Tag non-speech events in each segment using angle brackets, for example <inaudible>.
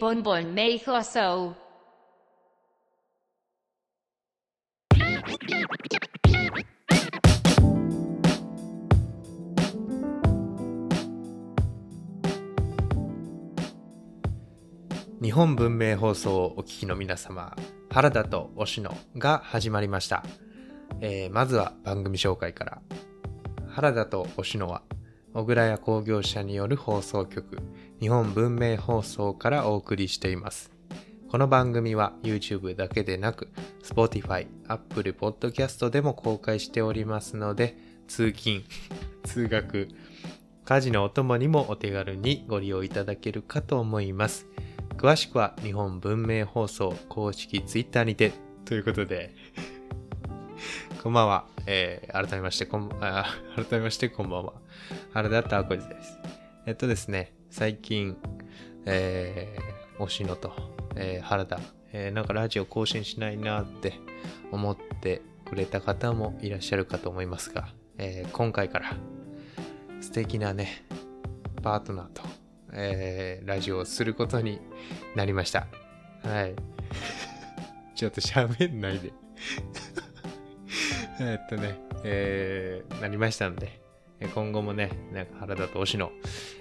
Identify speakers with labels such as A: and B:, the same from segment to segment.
A: Bun Bun mejor so.
B: 「日本文明放送」をお聞きの皆様原田と押野が始まりました、えーまずは番組紹介から原田と押野は小倉屋工業者による放送局日本文明放送からお送りしていますこの番組は YouTube だけでなく Spotify、Apple Podcast でも公開しておりますので通勤 <laughs> 通学家事のお供にもお手軽にご利用いただけるかと思います詳しくは日本文明放送公式ツイッターにてということで <laughs> こんばんは、えー改めましてこんあー改めましてこんばんは原田たあこじですえっとですね最近えー、推しのと、えー原田、えーなんかラジオ更新しないなって思ってくれた方もいらっしゃるかと思いますが、えー今回から素敵なねパートナーと、えーラジオをすることになりましたはい <laughs> ちょっと喋んないで <laughs> えーっとねえーなりましたんでえー今後もねなんか原田と推しの、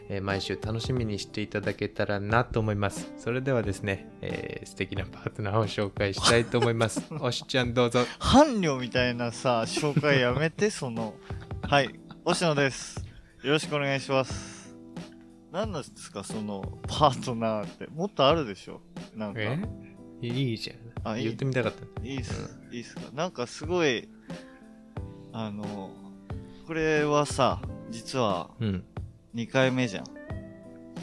B: えー毎週楽しみにしていただけたらなと思いますそれではですね、えー素敵なパートナーを紹介したいと思います <laughs> 推しちゃんどうぞ
C: 伴侶みたいなさ紹介やめてそのはい星野ですよろしくお願いします何なんですかそのパートナーってもっとあるでしょなんか
B: えいいじゃん
C: あいい
B: 言ってみたかった
C: いいっす、いいっすかなんかすごいあのこれはさ実は
B: うん
C: 2回目じゃん、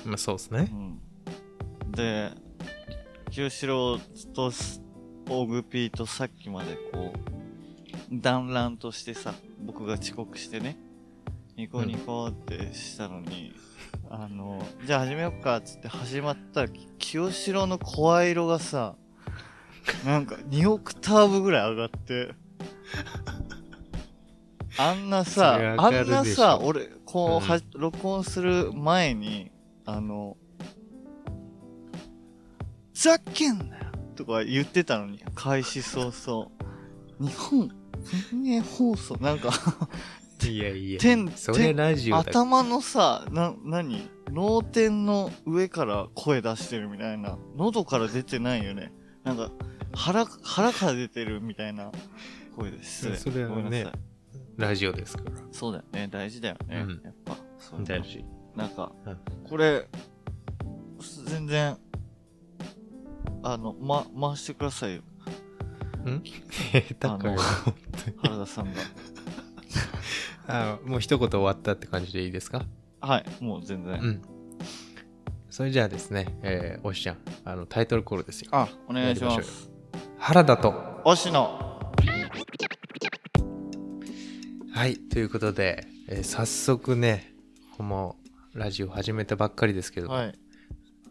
B: まあそうですね
C: うん、で清志郎とす大グピーとさっきまでこう団らんとしてさ僕が遅刻してねニコニコってしたのに、あのじゃあ始めよっかっつって始まったらき清志郎の声色がさなんか2オクターブぐらい上がってあんな
B: それ
C: さ
B: 上
C: あ
B: がる
C: ん
B: でしょ
C: なさ俺こう、は
B: うん
C: 録音する前にあの「ふざけんなよ!」とか言ってたのに開始早
B: <laughs>
C: 々日本文明放送なんか
B: いやいや
C: 天
B: それ
C: 天
B: ラジオだから
C: 頭のさな何脳天の上から声出してるみたいな喉から出てないよねなんか腹腹から出てるみたいな声です
B: それはね
C: ごめんなさい
B: ラジオですから
C: そうだよね大事だよね、
B: うん
C: やっぱそういうの
B: 大 <laughs> 事
C: なんか、
B: うん
C: これ、全然、あの、ま、回してくださいよ、
B: 下手かよ本当に
C: 原田さん
B: <laughs> あ
C: が。
B: もう一言終わったって感じでいいですか
C: はい、もう全
B: う
C: 然。
B: んそれじゃあですね、えー、おしちゃんあのタイトルコールですよ
C: あ、お願いし
B: や
C: ま。
B: ります原田と
C: おしの。
B: はいということで、えー早速ねもうラジオ始めたばっかりですけど、
C: はい、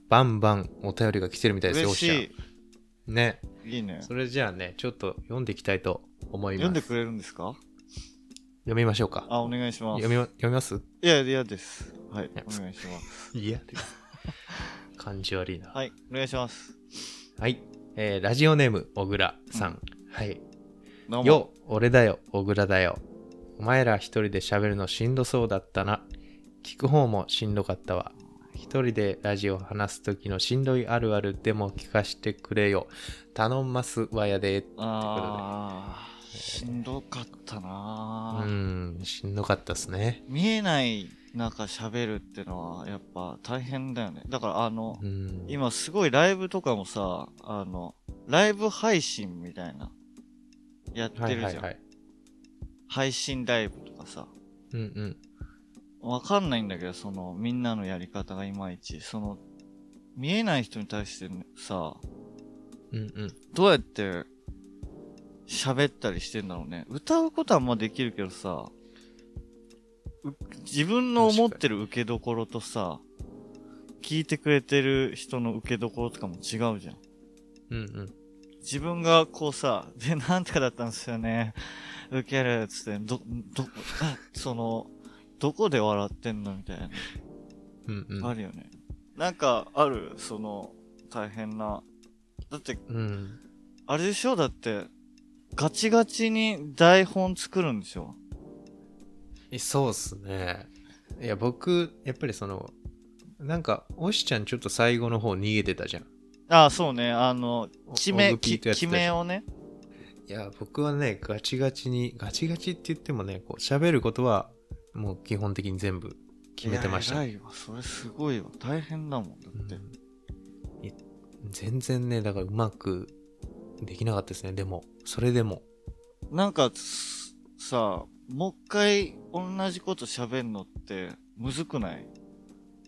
B: バンバンお便りが来てるみたいですよ
C: 嬉し
B: おっちゃんね
C: い。いいね。
B: それじゃあねちょっと読んでいきたいと思います
C: 読んでくれるんですか
B: 読みましょうか
C: あ、お願いします。
B: 読みま読みます
C: いや、いやです。はい、
B: や
C: お願いします。
B: いやです <laughs> 感じ悪いな
C: はい、お願いします。
B: はい、えーラジオネーム小倉さん、はい
C: どうも。
B: よ俺だよ小倉だよお前ら一人で喋るのしんどそうだったな聞く方もしんどかったわ一人でラジオ話す時のしんどいあるあるでも聞かしてくれよ頼んますわやで
C: あー、しんどかった
B: う
C: なー
B: んしんどかったっすね
C: 見えない中喋るってのはやっぱ大変だよねだからあの、
B: うん
C: 今すごいライブとかもさあのライブ配信みたいなやってる
B: はい
C: じゃん、
B: はいはい
C: 配信ライブとかさ
B: うんうん
C: わかんないんだけどそのみんなのやり方がいまいちその見えない人に対してさ
B: うんうん
C: どうやって喋ったりしてんだろうね歌うことはまあできるけどさう自分の思ってる受けどころとさ聞いてくれてる人の受けどころとかも違うじゃ
B: う
C: ん
B: んうん
C: 自分がこうさ「でなんとかだったんですよね受ける」っつってどどこあそのどこで笑ってんのみたいな
B: うんうん
C: あるよね。なんかあるその大変な。だって、
B: うん。
C: あれでしょだって、ガチガチに台本作るんでしょ
B: えそうっすね。いや、僕、やっぱりその、なんか、おしちゃんちょっと最後の方逃げてたじゃん。
C: ああ、そうね。あの、決
B: オ
C: め、
B: グピ
C: き
B: ーとやって
C: 決
B: たじゃん
C: めをね。
B: いや、僕はね、ガチガチに、ガチガチって言ってもね、こう、喋ることは、もう基本的に全部決めてました
C: いや。偉いわ。それすごいわ。大変だもん。だって。
B: うんい全然ね、だからうまくできなかったですね。でも、それでも。
C: なんか、すさあ、もう一回同じこと喋んのって、むずくない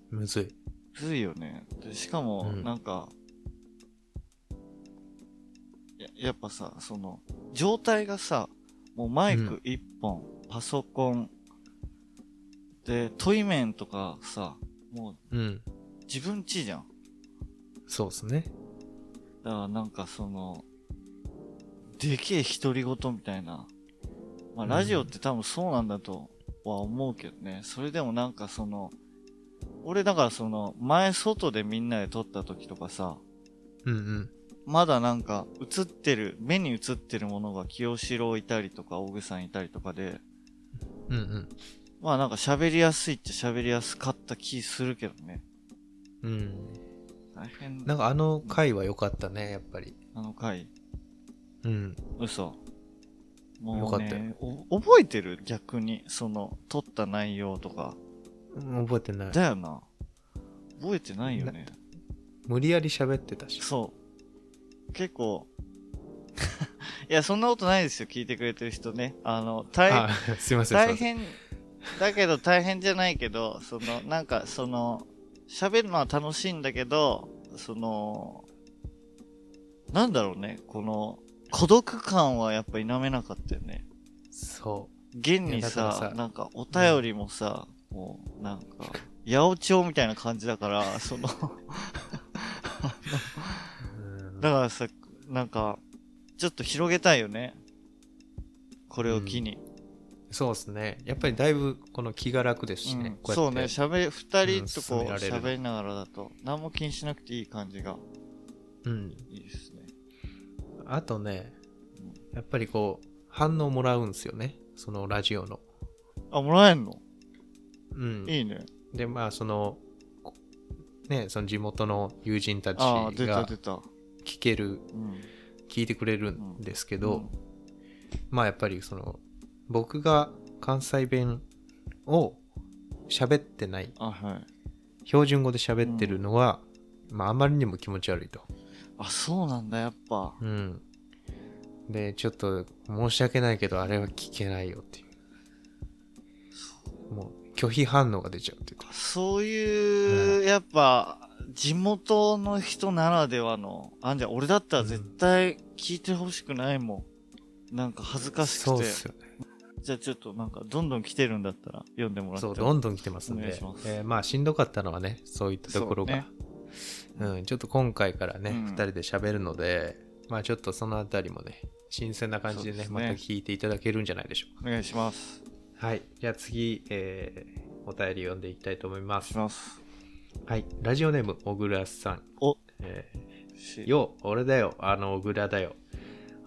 B: むずい。
C: むずいよね。でしかも、
B: うん
C: なんか、ややっぱさ、その、状態がさ、もうマイク一本、パソコン、で、トイメンとかさ、もう
B: うん。
C: 自分ちじゃん。
B: そうですね。
C: だからなんかその、でけえ独り言みたいな。まあ
B: うん
C: ラジオって多分そうなんだとは思うけどね。それでもなんかその、俺だからその、前外でみんなで撮った時とかさ、
B: うんうん。
C: まだなんか映ってる、目に映ってるものが清志郎いたりとか、大口さんいたりとかで、
B: うんうん。
C: まあなんか喋りやすいっちゃ喋りやすかった気するけどね。
B: うん。
C: 大変
B: なんかあの回は良かったね、やっぱり。
C: あの回。
B: うん。
C: 嘘。もう、ね、
B: よかったよ
C: お覚えてる逆に、その、撮った内容とか。
B: うん覚えてない。
C: だよな。覚えてないよね。
B: 無理やり喋ってたし。
C: そう。結構、 <laughs> いや、そんなことないですよ。聞いてくれてる人ね。あの、大変
B: あ、すいません。
C: 大変だけど大変じゃないけどそのなんかその喋るのは楽しいんだけどそのなんだろうねこの孤独感はやっぱ否めなかったよね
B: すいません。そ
C: 現に
B: いやだから
C: さ
B: さ
C: なんかお便りもさ、もうなんか八百長みたいな感じだから
B: <laughs>
C: その
B: う。うん
C: だからさなんかちょっと広げたいよねこれを機に、
B: そうですね。やっぱりだいぶこの気が楽ですしね。
C: うん
B: こう
C: そ
B: や
C: う
B: って
C: ね喋り2人とこ
B: うん
C: う
B: 進められる
C: 喋りながらだと何も気にしなくていい感じが
B: うん。
C: いいですね
B: あとね、やっぱりこう、反応もらうんですよね。そのラジオの。
C: あもらえんの
B: うん。
C: いいね
B: で、まあ、その、こね、その地元の友人たち
C: ああ出た
B: が
C: 出た
B: 聞ける、
C: うん
B: 聞いてくれるんですけど、
C: うん
B: まあやっぱりその、僕が関西弁を喋ってない、
C: あはい
B: 標準語で喋ってるのは、まああまりにも気持ち悪いと。
C: あそうなんだやっぱ
B: うん。で、ちょっと申し訳ないけど、あれは聞けないよっていう。もう拒否反応が出ちゃうっていうか。
C: そういう、やっぱ地元の人ならではのあんじゃん俺だったら絶対聞いてほしくないもんなんか恥ずかし
B: そう
C: く
B: ってすよね。
C: じゃあちょっとなんかどんどん来てるんだったら読んでもらって
B: そ
C: も
B: う、どんどん来てますん
C: お願い
B: で
C: しま。す
B: えーまあしんどかったのはね、そういったところが。う、
C: そうん
B: ちょっと今回からね、
C: う
B: 二
C: ん
B: 人で喋るので、まあちょっとそのあたりもね、新鮮な感じで
C: そうで
B: ね、
C: す
B: ま
C: ね
B: た聞いていただけるんじゃないでしょうか。
C: お願いします
B: はい。じゃあ次、えーお便り読んでいきたいと思いま
C: し
B: す。
C: ます
B: はい。ラジオネーム、小倉さん。
C: お
B: えー
C: し
B: よう、俺だよ、あの小倉だよ。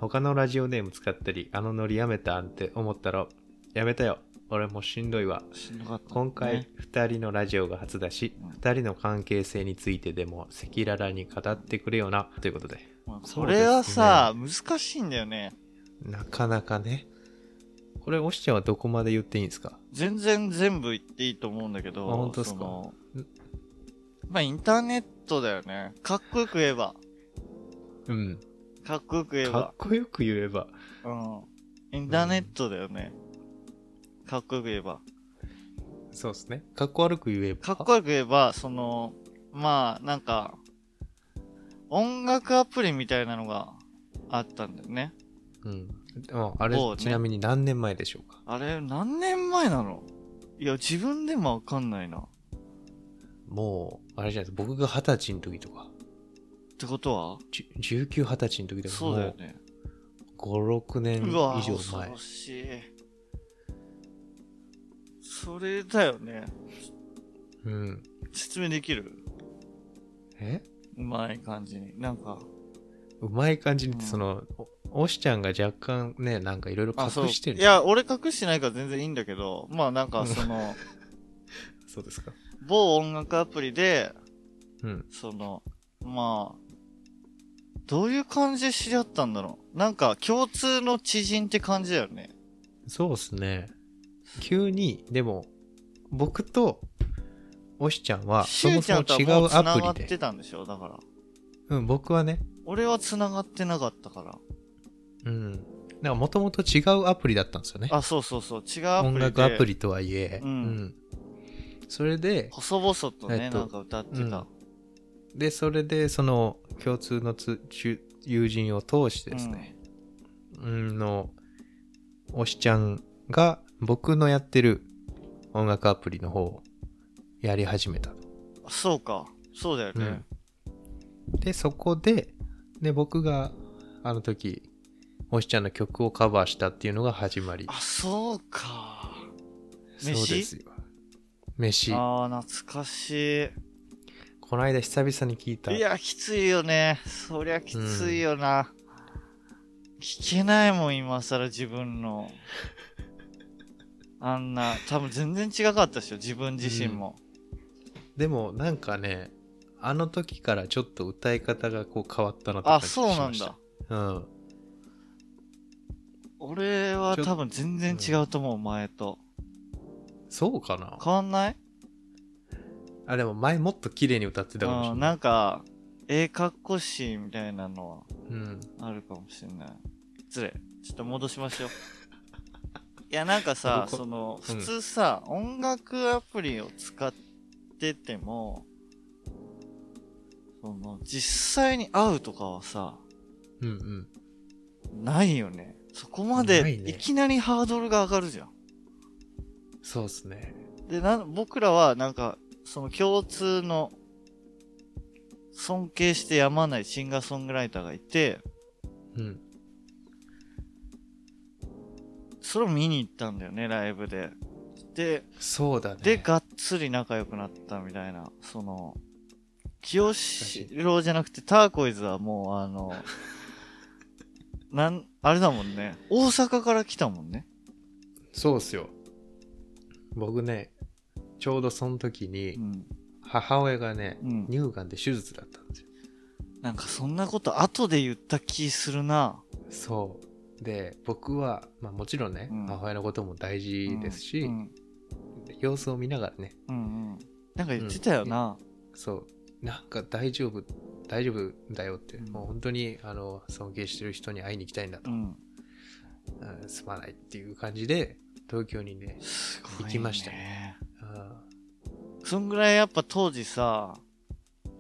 B: 他のラジオネーム使ったり、あのノリやめたんって思ったら、やめたよ、俺もしんどいわ。
C: しんどかった、ね、
B: 今回、2人のラジオが初だし、
C: うん
B: 2人の関係性についてでも赤裸々に語ってくれよな、ということで。
C: まあ
B: そ
C: そう
B: ですね
C: れはさ、難しいんだよね
B: なかなかね。これ、おしちゃんはどこまで言っていいんですか
C: 全然全部言っていいと思うんだけど
B: あ本当ですか
C: そのまあインターネットだよねかっこよく言えば
B: うん。
C: かっこよく言え
B: か
C: ば
B: っ、こよく言えば。
C: うん、インターネットだよね、かっこよく言えば
B: そうですね。かっこ悪く言えば。
C: かっこよく言えばそのまあなんか音楽アプリみたいなのがあったんだよね
B: うん。ああれ、
C: そうね
B: ちなみに何年前でしょうか
C: あれ何年前なのいや自分でもわかんないなっ
B: もう、あれじゃないですか。僕が二十歳の時とか。
C: てことは
B: じゅ19、20歳の時だから
C: そうだよ
B: も
C: ね
B: う5、6年
C: うわ
B: 以上
C: ー
B: 前
C: 恐ろ。しいそれだよね
B: うん。
C: 説明できる
B: え
C: うまい感じに。なんか、
B: うまい感じにって
C: うん
B: その、おおしちゃんが若干ねなんかいろいろ
C: あそう
B: 隠してる
C: いや、俺隠してないから全然いいんだけど、まあなんか
B: <laughs>
C: その、
B: そうですか
C: 某音楽アプリで、
B: うん
C: その、まあ、どういう感じで知り合ったんだろう。なんか共通の知人って感じだよね。
B: そうっすね急にでも僕とおしちゃんは
C: し
B: そ
C: ゅう
B: も
C: ち
B: そ
C: ゃ
B: も
C: んとは
B: 違
C: も
B: う
C: う繋が
B: ア
C: っ
B: プリ
C: て
B: で
C: たんでしょだから。
B: うん僕はね
C: 俺は繋がってなかったから。
B: うんなんかもともと違うアプリだったんですよね
C: あ、そうそうそう。違うアプリ
B: 音
C: で。
B: 楽アプリとはいえ、
C: うん
B: それで
C: 細々とね、
B: えっと
C: なんか歌ってた。
B: うんでそれでその共通のつ中友人を通してですね、うん、のおしちゃんが僕のやってる音楽アプリの方をやり始めた
C: あそうか。そうだよね。
B: でそこでで僕があの時おしちゃんの曲をカバーしたっていうのが始まり
C: あ、そうか。
B: そうですよ飯
C: ああ、懐かしい。
B: この間久々に聞いた
C: いや、きついよね。そりゃきついよな。聞けないもん、今更自
B: <laughs>
C: 分の。あんな、多分全然違かったでしょ、自分自身も。
B: でもなんかねあの時からちょっと歌い方がこう変わったなって感
C: あ、
B: じし
C: そうな
B: ま
C: ん
B: した
C: だ。
B: うん
C: 俺は多分全然違うと思う、前と。
B: そうかな
C: 変わんない
B: あでも前もっと綺麗に歌ってたかもし
C: う
B: れ
C: ん、
B: ない
C: なんか、ええかっこしいみたいなの
B: うん
C: はあるかもしれない。失礼。ちょっと戻しましょう。 <laughs> いや、なんかさ、
B: 僕
C: その、
B: うん
C: 普通さ、音楽アプリを使ってても、その、実際に会うとかはさ、
B: うんうん
C: ないよね。そこま
B: な
C: で、
B: いね
C: いきなりハードルが上がるじゃん。
B: そうっすね
C: で、なん、僕らは、なんか、その共通の、尊敬してやまないシンガーソングライターがいて、
B: うん
C: それを見に行ったんだよね、ライブで。で、
B: そうだね
C: で、がっつり仲良くなったみたいな、その、清志郎じゃなくて、ターコイズはもう、あ
B: <laughs>
C: の、なん、あれだもんね。大阪から来たもんね。
B: そうっすよ僕ねちょうどその時
C: う
B: に
C: ん。
B: 母親がね
C: うん。
B: 乳がんで手術だったんですよ
C: なんかそんなこと後で言った気するな。
B: そうで僕は、まあ、もちろんね、
C: うん
B: 母親のことも大事ですし、
C: うん。
B: 様子を見ながらね
C: うんうん。なんか言ってたよな。
B: そうなんか大丈夫大丈夫だよって、
C: うん
B: もう本当にあの尊敬してる人に会いに行きたいんだと、
C: うん。
B: うんすまないっていう感じで東京にね、
C: すごい、ね。
B: 行きました
C: ね。
B: うん
C: そんぐらいやっぱ当時さ、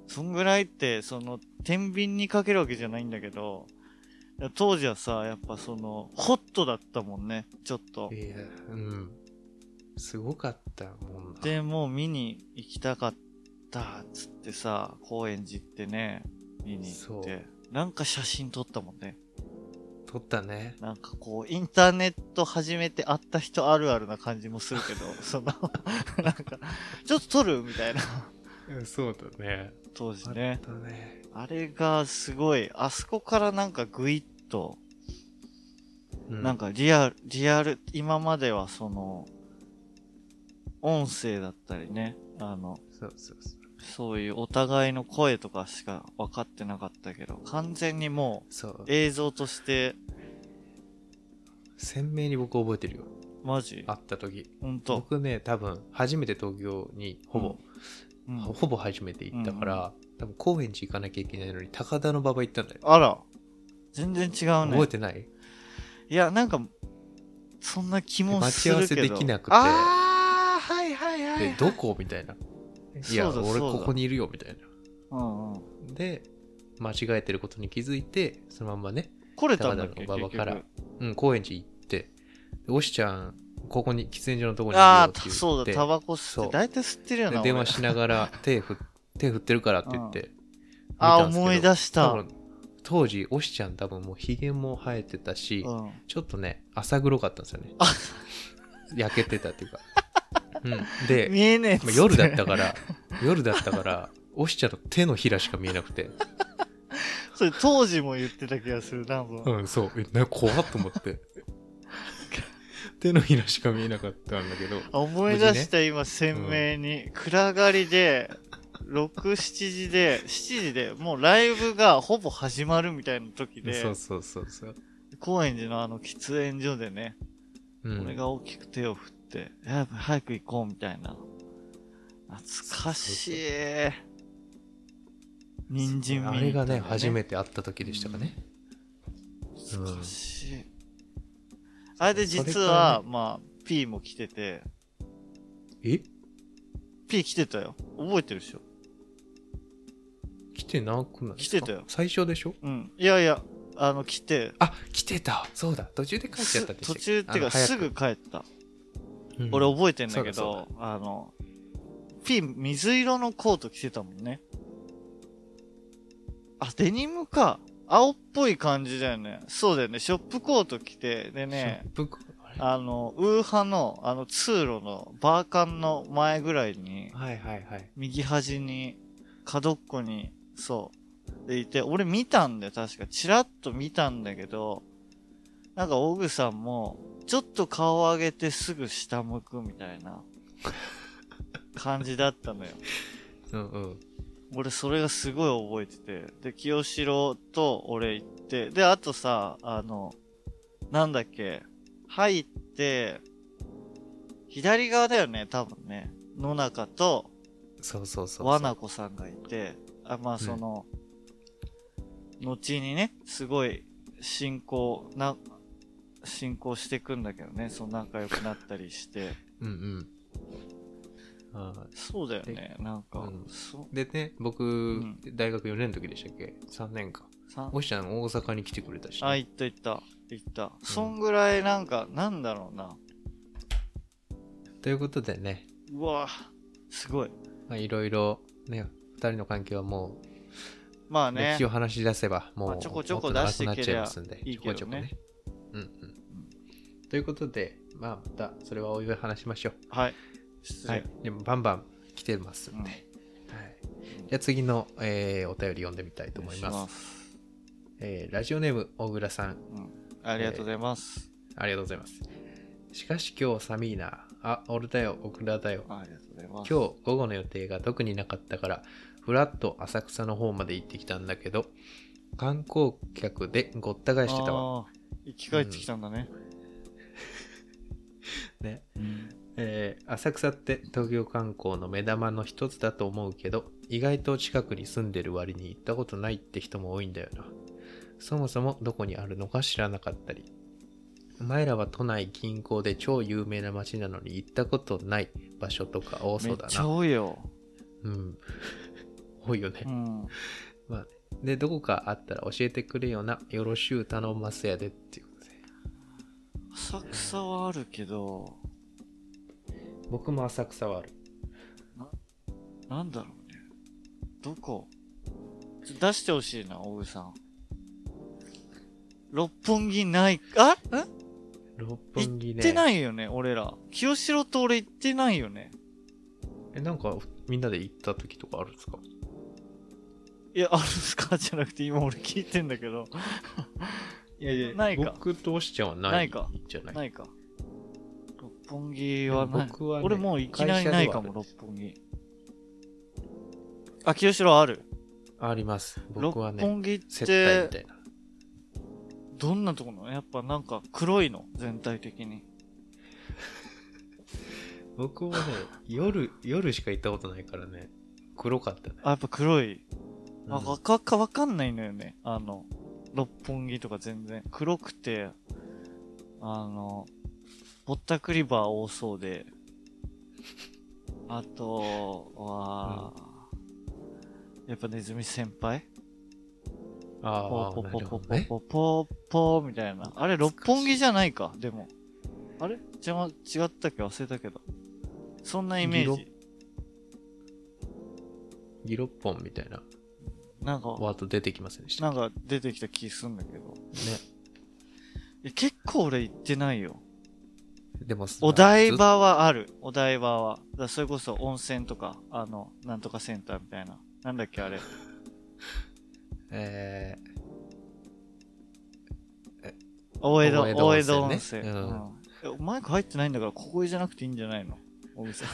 C: そんぐらいって、その、天秤にかけるわけじゃないんだけど、当時はさ、やっぱその、ホットだったもんね、ちょっと。
B: いやうんすごかったもんな
C: で、もう見に行きたかった、つってさ、高円寺ってね、見に行って。なんか写真撮ったもんね。
B: 撮ったね
C: なんかこう、インターネット始めて会った人あるあるな感じもするけど、その、なんか、ちょっと撮るみたいな。
B: そうだね
C: 当時
B: あ
C: ね
B: っ。たね
C: あれがすごい、あそこからなんかぐいっと、なん
B: か
C: かリアル、リアル、今まではその、音声だったりね、あの、
B: そうそうそう
C: そういうお互いの声とかしか分かってなかったけど、完全にも
B: そう
C: う映像として、
B: 鮮明に僕覚えてるよ
C: マジ
B: 会った時
C: ほんと。
B: 僕ね多分初めて東京にほぼ、
C: うん
B: ほぼ初めて行ったから、多分高円寺行かなきゃいけないのに高田の馬場行ったんだよ、
C: あら、全然違う
B: 覚え
C: ね。
B: てない
C: いや、なんか、そんな気も
B: 待
C: す
B: ち
C: る
B: 合
C: けど。
B: わせできなくて
C: あー、はいはいはい、はい
B: で。どこみたいな「いや
C: そうだ
B: 俺
C: そうだ
B: ここにいるよ」みたいな
C: うんうん。
B: で間違えてることに気づいてそのまんまね、
C: 来れたんだっけ
B: 高田の馬場から
C: 結
B: うん、高円寺行ってでおしちゃんここに喫煙所のとこにいる
C: 局
B: よ
C: あ
B: って言っ
C: あ、
B: て
C: そうだ、タバコ吸っ
B: そう
C: て、大体吸ってるよな。
B: で電話
C: 俺
B: しなが
C: <laughs>
B: ら手振手振ってるからって言って見
C: あ
B: た
C: ー、
B: んですけど
C: 思い出し
B: 多
C: た。
B: 分当時おしちゃん多分もうひげも生えてたし、
C: うん。
B: ちょっとね浅黒かったんですよね
C: あ
B: <laughs> 焼けてたっていうか、うん、で
C: 見えねえっつ
B: ま
C: っ
B: あ
C: て
B: 夜だったから夜だったからオシちゃんの手のひらしか見えなくて、
C: <laughs> それ当時も言ってた気がするな、もう。
B: うん、そう、え、な、怖っと思って。 <laughs> 手のひらしか見えなかったんだけど、
C: あ思い出した今、鮮明に。暗がりで、6、7時で、7時で、もうライブがほぼ始まるみたいな時で、
B: そうそうそうそう。
C: 高円寺のあの喫煙所でね、
B: うん、
C: 俺が大きく手を振って、やっぱ早く行こうみたいな。懐かしい。人参
B: あれがね、初
C: て
B: めて会った時でしたかね。
C: 懐かしい。あれで実は、まあ、P も来てて、
B: え
C: P 来てたよ。覚えてるでしょ。
B: 来てなくないですか
C: 来てたよ
B: 最初でしょ
C: うん。いやいや、あの、来て、
B: あ、来てた。そうだ。途中で帰っちゃったでした
C: 途
B: っけ
C: 中っていうか、す、ぐ帰った。
B: あの
C: 俺
B: 早く
C: 覚えてんだけ
B: そうだ
C: ど、あの、P 水色のコート着てたもんね。あ、デニムか。青っぽい感じだよね。そうだよね。ショップコート着て、で
B: うん
C: ね
B: シ、ョップコあれ
C: あの、ウーハの、あの、通路のバーカンの前ぐらいに、
B: はいはいはい。
C: 右端に、角っこに、そう、でいて、俺見たんだよ、確か。チラッと見たんだけど、なんか、オグさんも、ちょっと顔上げてすぐ下向くみたいな、感じだったのよ。
B: うんうん。
C: 俺、それがすごい覚えてて。で、清志郎と俺行って、で、あとさ、あの、なんだっけ、入って、左側だよね、多分ね。野中と、
B: そうそうそうそう。
C: わなこさんがいて、あまあその、後にね、すごい進行、な、進行していくんだけどね、その仲良くなったりして。
B: うんうん。あー
C: そうだよね、なんか、
B: うん
C: そ
B: でね、僕、
C: ん
B: 大学4年の時でしたっけ ?3 年か。
C: さん
B: おしちゃん大阪に来てくれたし、
C: あ、行った行った、行った。そんぐらいなんか、なんだろうな。
B: ということでね、
C: うわすごい。
B: まあ、いろいろ、ね、2人の関係はも
C: まあ
B: う、
C: ね
B: 歴史、を話し出せば、も
C: ま
B: う、
C: あちょこちょ
B: も
C: こ
B: っと長
C: 出して
B: くなっちゃい
C: けりゃ
B: ますんで、
C: いいけ
B: ちょこ
C: どね
B: ちょこね。うんうん。ということで、まあ、また、それはおいおい話しましょう。
C: はい。失礼。
B: はい、でもバンバン来てますんで、
C: うん
B: はい、じゃあ次の、えーお便り読んでみたいと思います
C: お願しす
B: えーラジオネーム大倉さん
C: うん。ありがとうございます。
B: ありがとうございますしかし今日寒いなあ俺だよ大倉だよ
C: ありがとうございま
B: 今
C: す。
B: 日午後の予定が特になかったからふらっと浅草の方まで行ってきたんだけど観光客でごった返してたわ、
C: あー生き返ってきたんだね。
B: <laughs> ねえー浅草って東京観光の目玉の一つだと思うけど意外と近くに住んでる割に行ったことないって人も多いんだよなそもそもどこにあるのか知らなかったりお前らは都内近郊で超有名な街なのに行ったことない場所とか多
C: め
B: そ
C: っ
B: うだ
C: ちゃ
B: な
C: 多いよ。
B: うん多いよね、
C: うん。
B: まあねでどこかあったら教えてくれよなよろしゅう頼ますやでっていうことで
C: 浅草はあるけど、
B: 僕も浅草はある
C: なんだろうね。どこちょ出してほしいな、大口さん。六本木ない、あん
B: 六
C: 行
B: 本木ね
C: ってないよね、俺ら。清志郎と俺行ってないよね。
B: えなんかみんなで行った時とかあるんですか
C: いや、あるんすかじゃなくて今俺聞いてんだけど。
B: <laughs> いやいや
C: ないか
B: 僕とおしちゃんはない
C: ないか
B: じゃない
C: ないか。六本木はない。
B: 僕はね
C: 俺もういきなりないかも、
B: 会
C: 六本木。あ、清志郎ある。
B: あります僕は
C: 六
B: ね
C: 本木っ
B: 接待み
C: て
B: たいな
C: どんなとこなのやっぱなんか黒いの全体的に
B: 僕はね夜夜しか行ったことないからね黒かったね
C: あやっぱ黒い、
B: うん
C: あわかかわかんないのよねあの六本木とか全然黒くてあのぼったくりバー多そうであとは、やっぱネズミ先輩
B: あ
C: ポ
B: あ
C: ポ
B: な
C: ポ
B: るほ
C: ポポ
B: ど
C: ポ
B: ね
C: ポポポみたいなあれ六本木じゃないかでもあれ違う違ったっけ忘れたけどそんなイメー
B: ギ
C: ジ
B: ギロッポンみたいな
C: なんか
B: ワード出てきませんでした
C: な
B: ね
C: んか出てきた気すんだけど。え結構俺行ってないよ。
B: でも
C: お台場はある。お台場は。だからそれこそ温泉とか、あの、なんとかセンターみたいな。なんだっけあれ。
B: えー
C: 大江戸、
B: 大江戸
C: 大江戸温
B: 温
C: 泉。
B: 泉ねうん
C: うんえマイク入ってないんだから、ここじゃなくていいんじゃないのお店。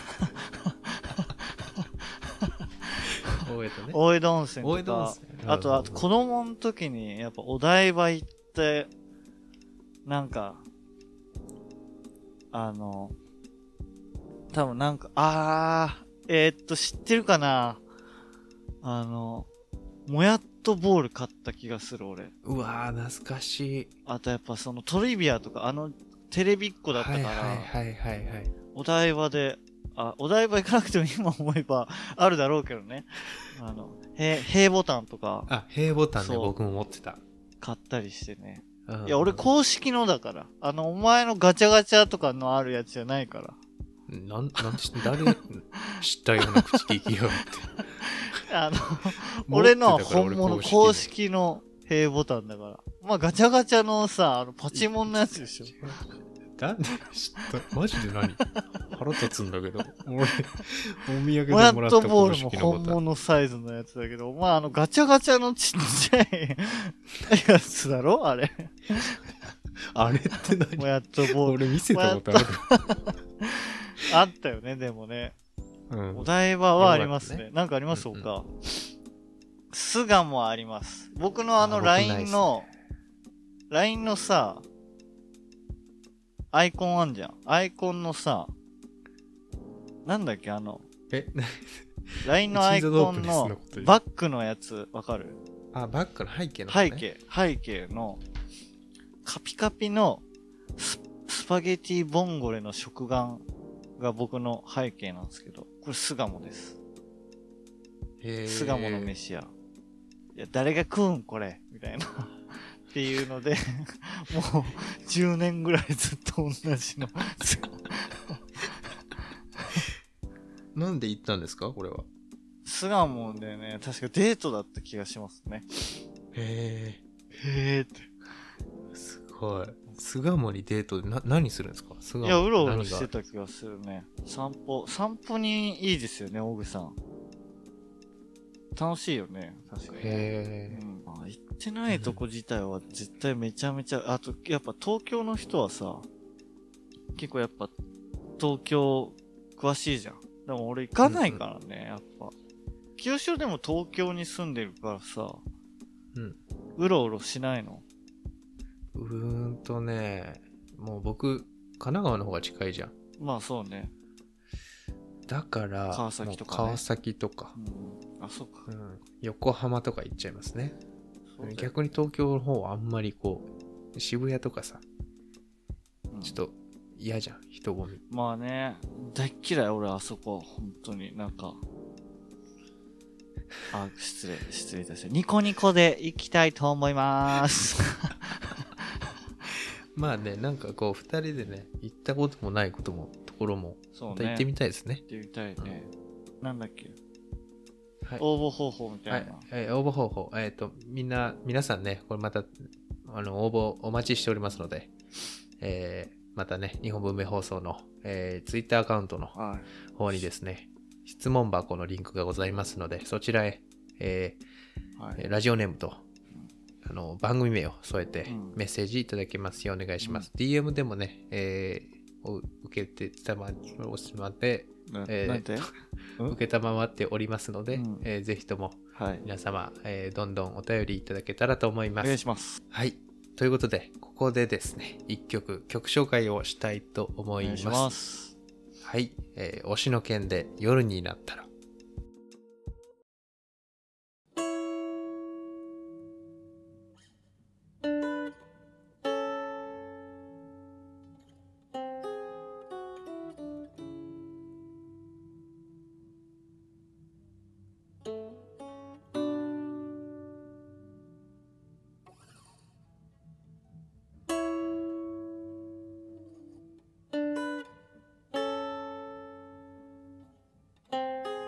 B: 大江戸ね。
C: 大江戸温泉とか。
B: 大江戸温泉
C: あと、あと子供の時に、やっぱお台場行って、なんか、あの、多分なんか、あー、えーっと、知ってるかなあの、もやっとボール買った気がする、俺。
B: うわー、懐かしい。
C: あとやっぱそのトリビアとか、あの、テレビっ子だったから、
B: はいはいはいはいはい。
C: お台場で、あ、お台場行かなくても <laughs> 今思えばあるだろうけどね。あの、へ、へボタンとか
B: あ、平ボタンね、
C: そう
B: 僕も持ってた。
C: 買ったりしてね。
B: うん
C: いや、俺公式のだから。あの、お前のガチャガチャとかのあるやつじゃないから。
B: なん、なんて、誰知ったような口利きよ <laughs> って。
C: あの、
B: 持って
C: 俺
B: たから
C: の本物
B: 俺
C: 公式の平ボタンだから。まあ、ガチャガチャのさ、あの、パチモンのやつでしょ。
B: なんで知ったマジで何腹立つんだけど。俺、お土産で
C: モヤ
B: も
C: ッ
B: らっ
C: ト
B: た
C: ボー
B: 公
C: ルも
B: 式のボ
C: 本
B: タン。
C: 物サイズのやつだけど、まあ、あの、ガチャガチャのちっちゃいやつだろあれ。
B: あれって
C: モ
B: 何
C: ヤットボール。
B: <laughs> 俺見せたことある。
C: あったよね、でもね。
B: うん
C: お台場はありますね。なんかあります
B: うんうん
C: 他。巣鴨もあります。僕のあ
B: あ
C: の
B: 僕ないっすね
C: LINE の、LINE のさ、アイコンあんじゃん。アイコンのさ、なんだっけあの、
B: え、な
C: LINE のアイコ
B: チーズ
C: ン
B: ドープネスの
C: の
B: こと
C: バックのやつわかる
B: あ、バッグの背景の方
C: 背
B: ね。
C: 景、背景の、カピカピのススパゲティボンゴレの食玩が僕の背景なんですけど、これ巣鴨です。
B: へー
C: 巣鴨の。飯屋。いや、誰が食うんこれみたいな。 <laughs> っていうので、 <laughs> もう10年ぐらいずっと同じの。
B: なんで行ったんですかこれは。
C: 巣鴨でね、確かデートだった気がしますね。
B: へ
C: へーって。
B: え。すごい。巣鴨にデートでな何するんですか巣
C: い
B: 鴨
C: や、うろうろし
B: 何
C: て
B: が
C: た気がするね。散歩、散歩にいいですよね、大ぐさん。楽しいよね、確かに。
B: へえ。
C: うんあ行ってないとこ自体は絶対めちゃめちゃ、あと、やっぱ東京の人はさ、結構やっぱ、東京詳しいじゃん。でも俺行かないからね、やっぱ。清志郎でも東京に住んでるからさ、
B: うん。
C: うろうろしないの。
B: うーんとね、もう僕、神奈川の方が近いじゃん。
C: まあそうね。
B: だから、
C: 川崎とかね
B: もう川崎とか、
C: うん。あ、そっか
B: う。ん、横浜とか行っちゃいますね。
C: そうだよ
B: 逆に東京の方はあんまりこう、渋谷とかさ、
C: うん
B: ちょっと嫌じゃん、人混み。
C: まあね、大っ嫌い俺あそこ、本当になんか。あ、失礼、失礼いたしました。ニコニコで行きたいと思います。
B: まあね、なんかこう、二人でね、行ったこともないことも、ところも、
C: そう
B: また
C: ね。
B: 行ってみたいですね。
C: 行ってみたいね。なんだっけ、
B: はい
C: 応募方法み
B: は
C: たい
B: い
C: な。、
B: えー応募方法、えっ、と、みんな、皆さんね、これまた、あの、応募お待ちしておりますので、えーまたね、日本文明放送の、えー、ツイッターアカウントの
C: はい。
B: 方にですね、質問箱のリンクがございますので、そちらへ、え
C: はい。
B: ーラジオネームと、あの、番組名を添えて
C: うん
B: メッセージいただけますようお願いします。DM でもね、えーお受けてたま、おしまって、
C: な
B: えー
C: なんてうん
B: 受けたまわっておりますので、
C: うん
B: えーぜひとも
C: はい。
B: 皆様、えーどんどんお便りいただけたらと思い
C: お
B: ま
C: 願い
B: す。
C: します。
B: はい。ということで、ここでですね、一曲、曲紹介をしたいと思
C: お
B: い
C: 願
B: ま
C: い
B: す。
C: します。
B: はい。えー推しの件で夜になったら。
D: 「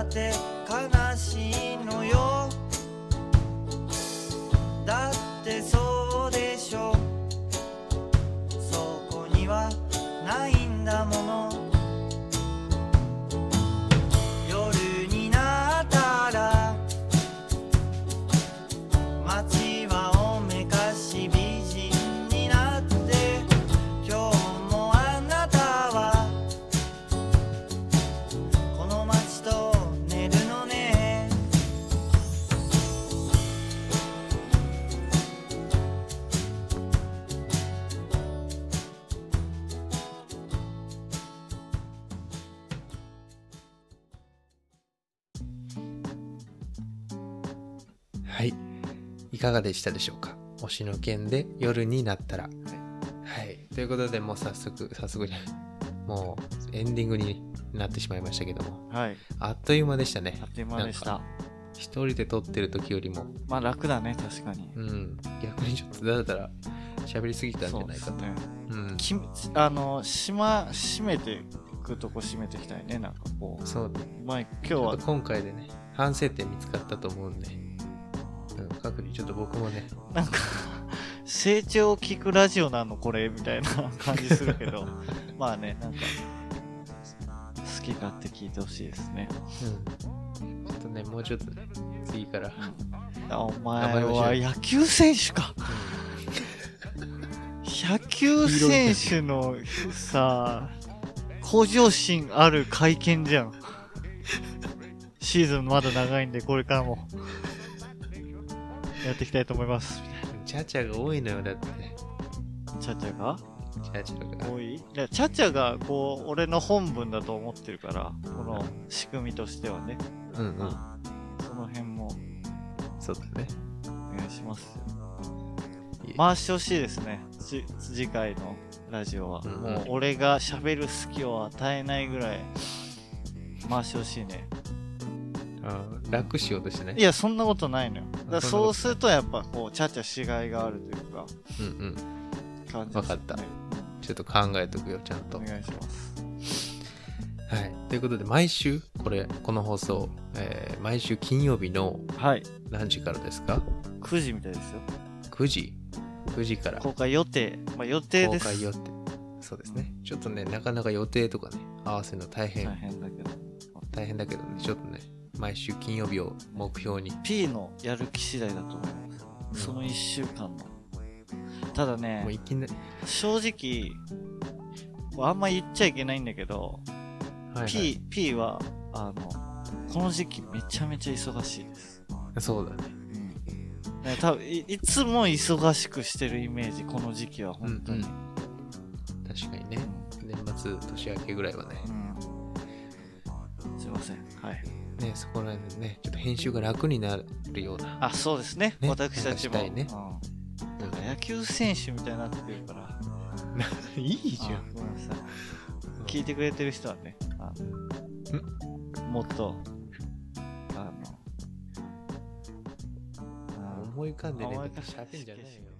D: って悲しいのよだってそうでしょそこにはないんだもの夜になったら街はおめかし美人になって今日もあなたはこの街と寝るのね
B: はい。いかがでしたでしょうか星の件で夜になったら。はい。ということで、もう早速、早速じゃないもうエンディングになってしまいましたけども、
C: はい。
B: あっという間でしたね
C: あ。っという間でし
B: な
C: た
B: ん。一人で撮ってる時よりも、
C: まあ楽だね、確かに。
B: うん、逆にちょっとだらだら喋りすぎたんじゃないか
C: そう
B: と。
C: ね
B: うん。
C: きあの、しま、閉めていくとこ閉めていきたいね、なんかこう。
B: そうね。
C: まあ今日
B: ちょ
C: は
B: っと今回でね、反省点見つかったと思うんで、うん、各にちょっと僕もね、
C: なんか、成長を聞くラジオなのこれみたいな感じするけ
B: <laughs>
C: ど、まあね、なんか、好き勝手聞いてほしいですね。
B: うん。ちょっとね、もうちょっとね、次から、
C: あお
B: 頑張り
C: 前
B: ま
C: は
B: し
C: 野球選手か。野球選手のさ、向上心ある会見じゃん。シーズンまだ長いんで、これからも、やっていきたいと思います。み
B: チャチャが多いのよ、だってね。
C: たいなチャチャが
B: チャチャが。
C: 多いいやチャチャがこう俺の本文だと思ってるからこの仕組みとしてはね
B: うんうん。
C: その辺も
B: そうだね。
C: お願いします
B: いえ
C: 回してほしいですねつ次回のラジオは、
B: うん
C: もう俺が喋る隙を与えないぐらい回してほしいね
B: あー楽しようとしてね。
C: いやそんなことないのよだから
B: そんな
C: そ
B: ことないう
C: するとやっぱこうチャチャしがいがあるというか
B: うんうん。
C: 感じ
B: わかったちょっと考えとくよ、ちゃん
C: う
B: と。
C: んお
B: は
C: 願いします
B: い。ということで、毎週、これ、この放送、えー毎週金曜日の
C: はい
B: 何時からですか
C: 9時みたいですよ
B: ?9 時 ?9 時から
C: 公開予定まあ予定
B: 公
C: です
B: 開予定。そうですね。ちょっとね、なかなか予定とかね、合わせるの大変、
C: 大変だけど
B: 大変だけどね、ちょっとね、毎週金曜日を目標に。
C: P のやる気次第だと思います、その1週間のただ
B: もう
C: ね
B: いきなり、
C: 正直これあんま言っちゃいけないんだけど、
B: はいはい
C: P, P はあのこの時期めちゃめちゃ忙しいです、
B: そうだね。
C: だから多分いいつも忙しくしてるイメージこの時期は本当に、
B: うん確かにね、年末、年明けぐらいはね、
C: うんすいませんはい
B: ね、そこら辺でね、ちょっと編集が楽になるような、
C: あそうですね
B: ね
C: 私たちも
B: なんかしたいね
C: うん <laughs> なんか野球選手みたいになってるから
B: いい
C: あ。ごめんなさい聞いてくれてる人はね、あのもっと、あの、あの
B: 思い浮かんでね、
C: 思い浮かんで
B: 喋んじゃないよ。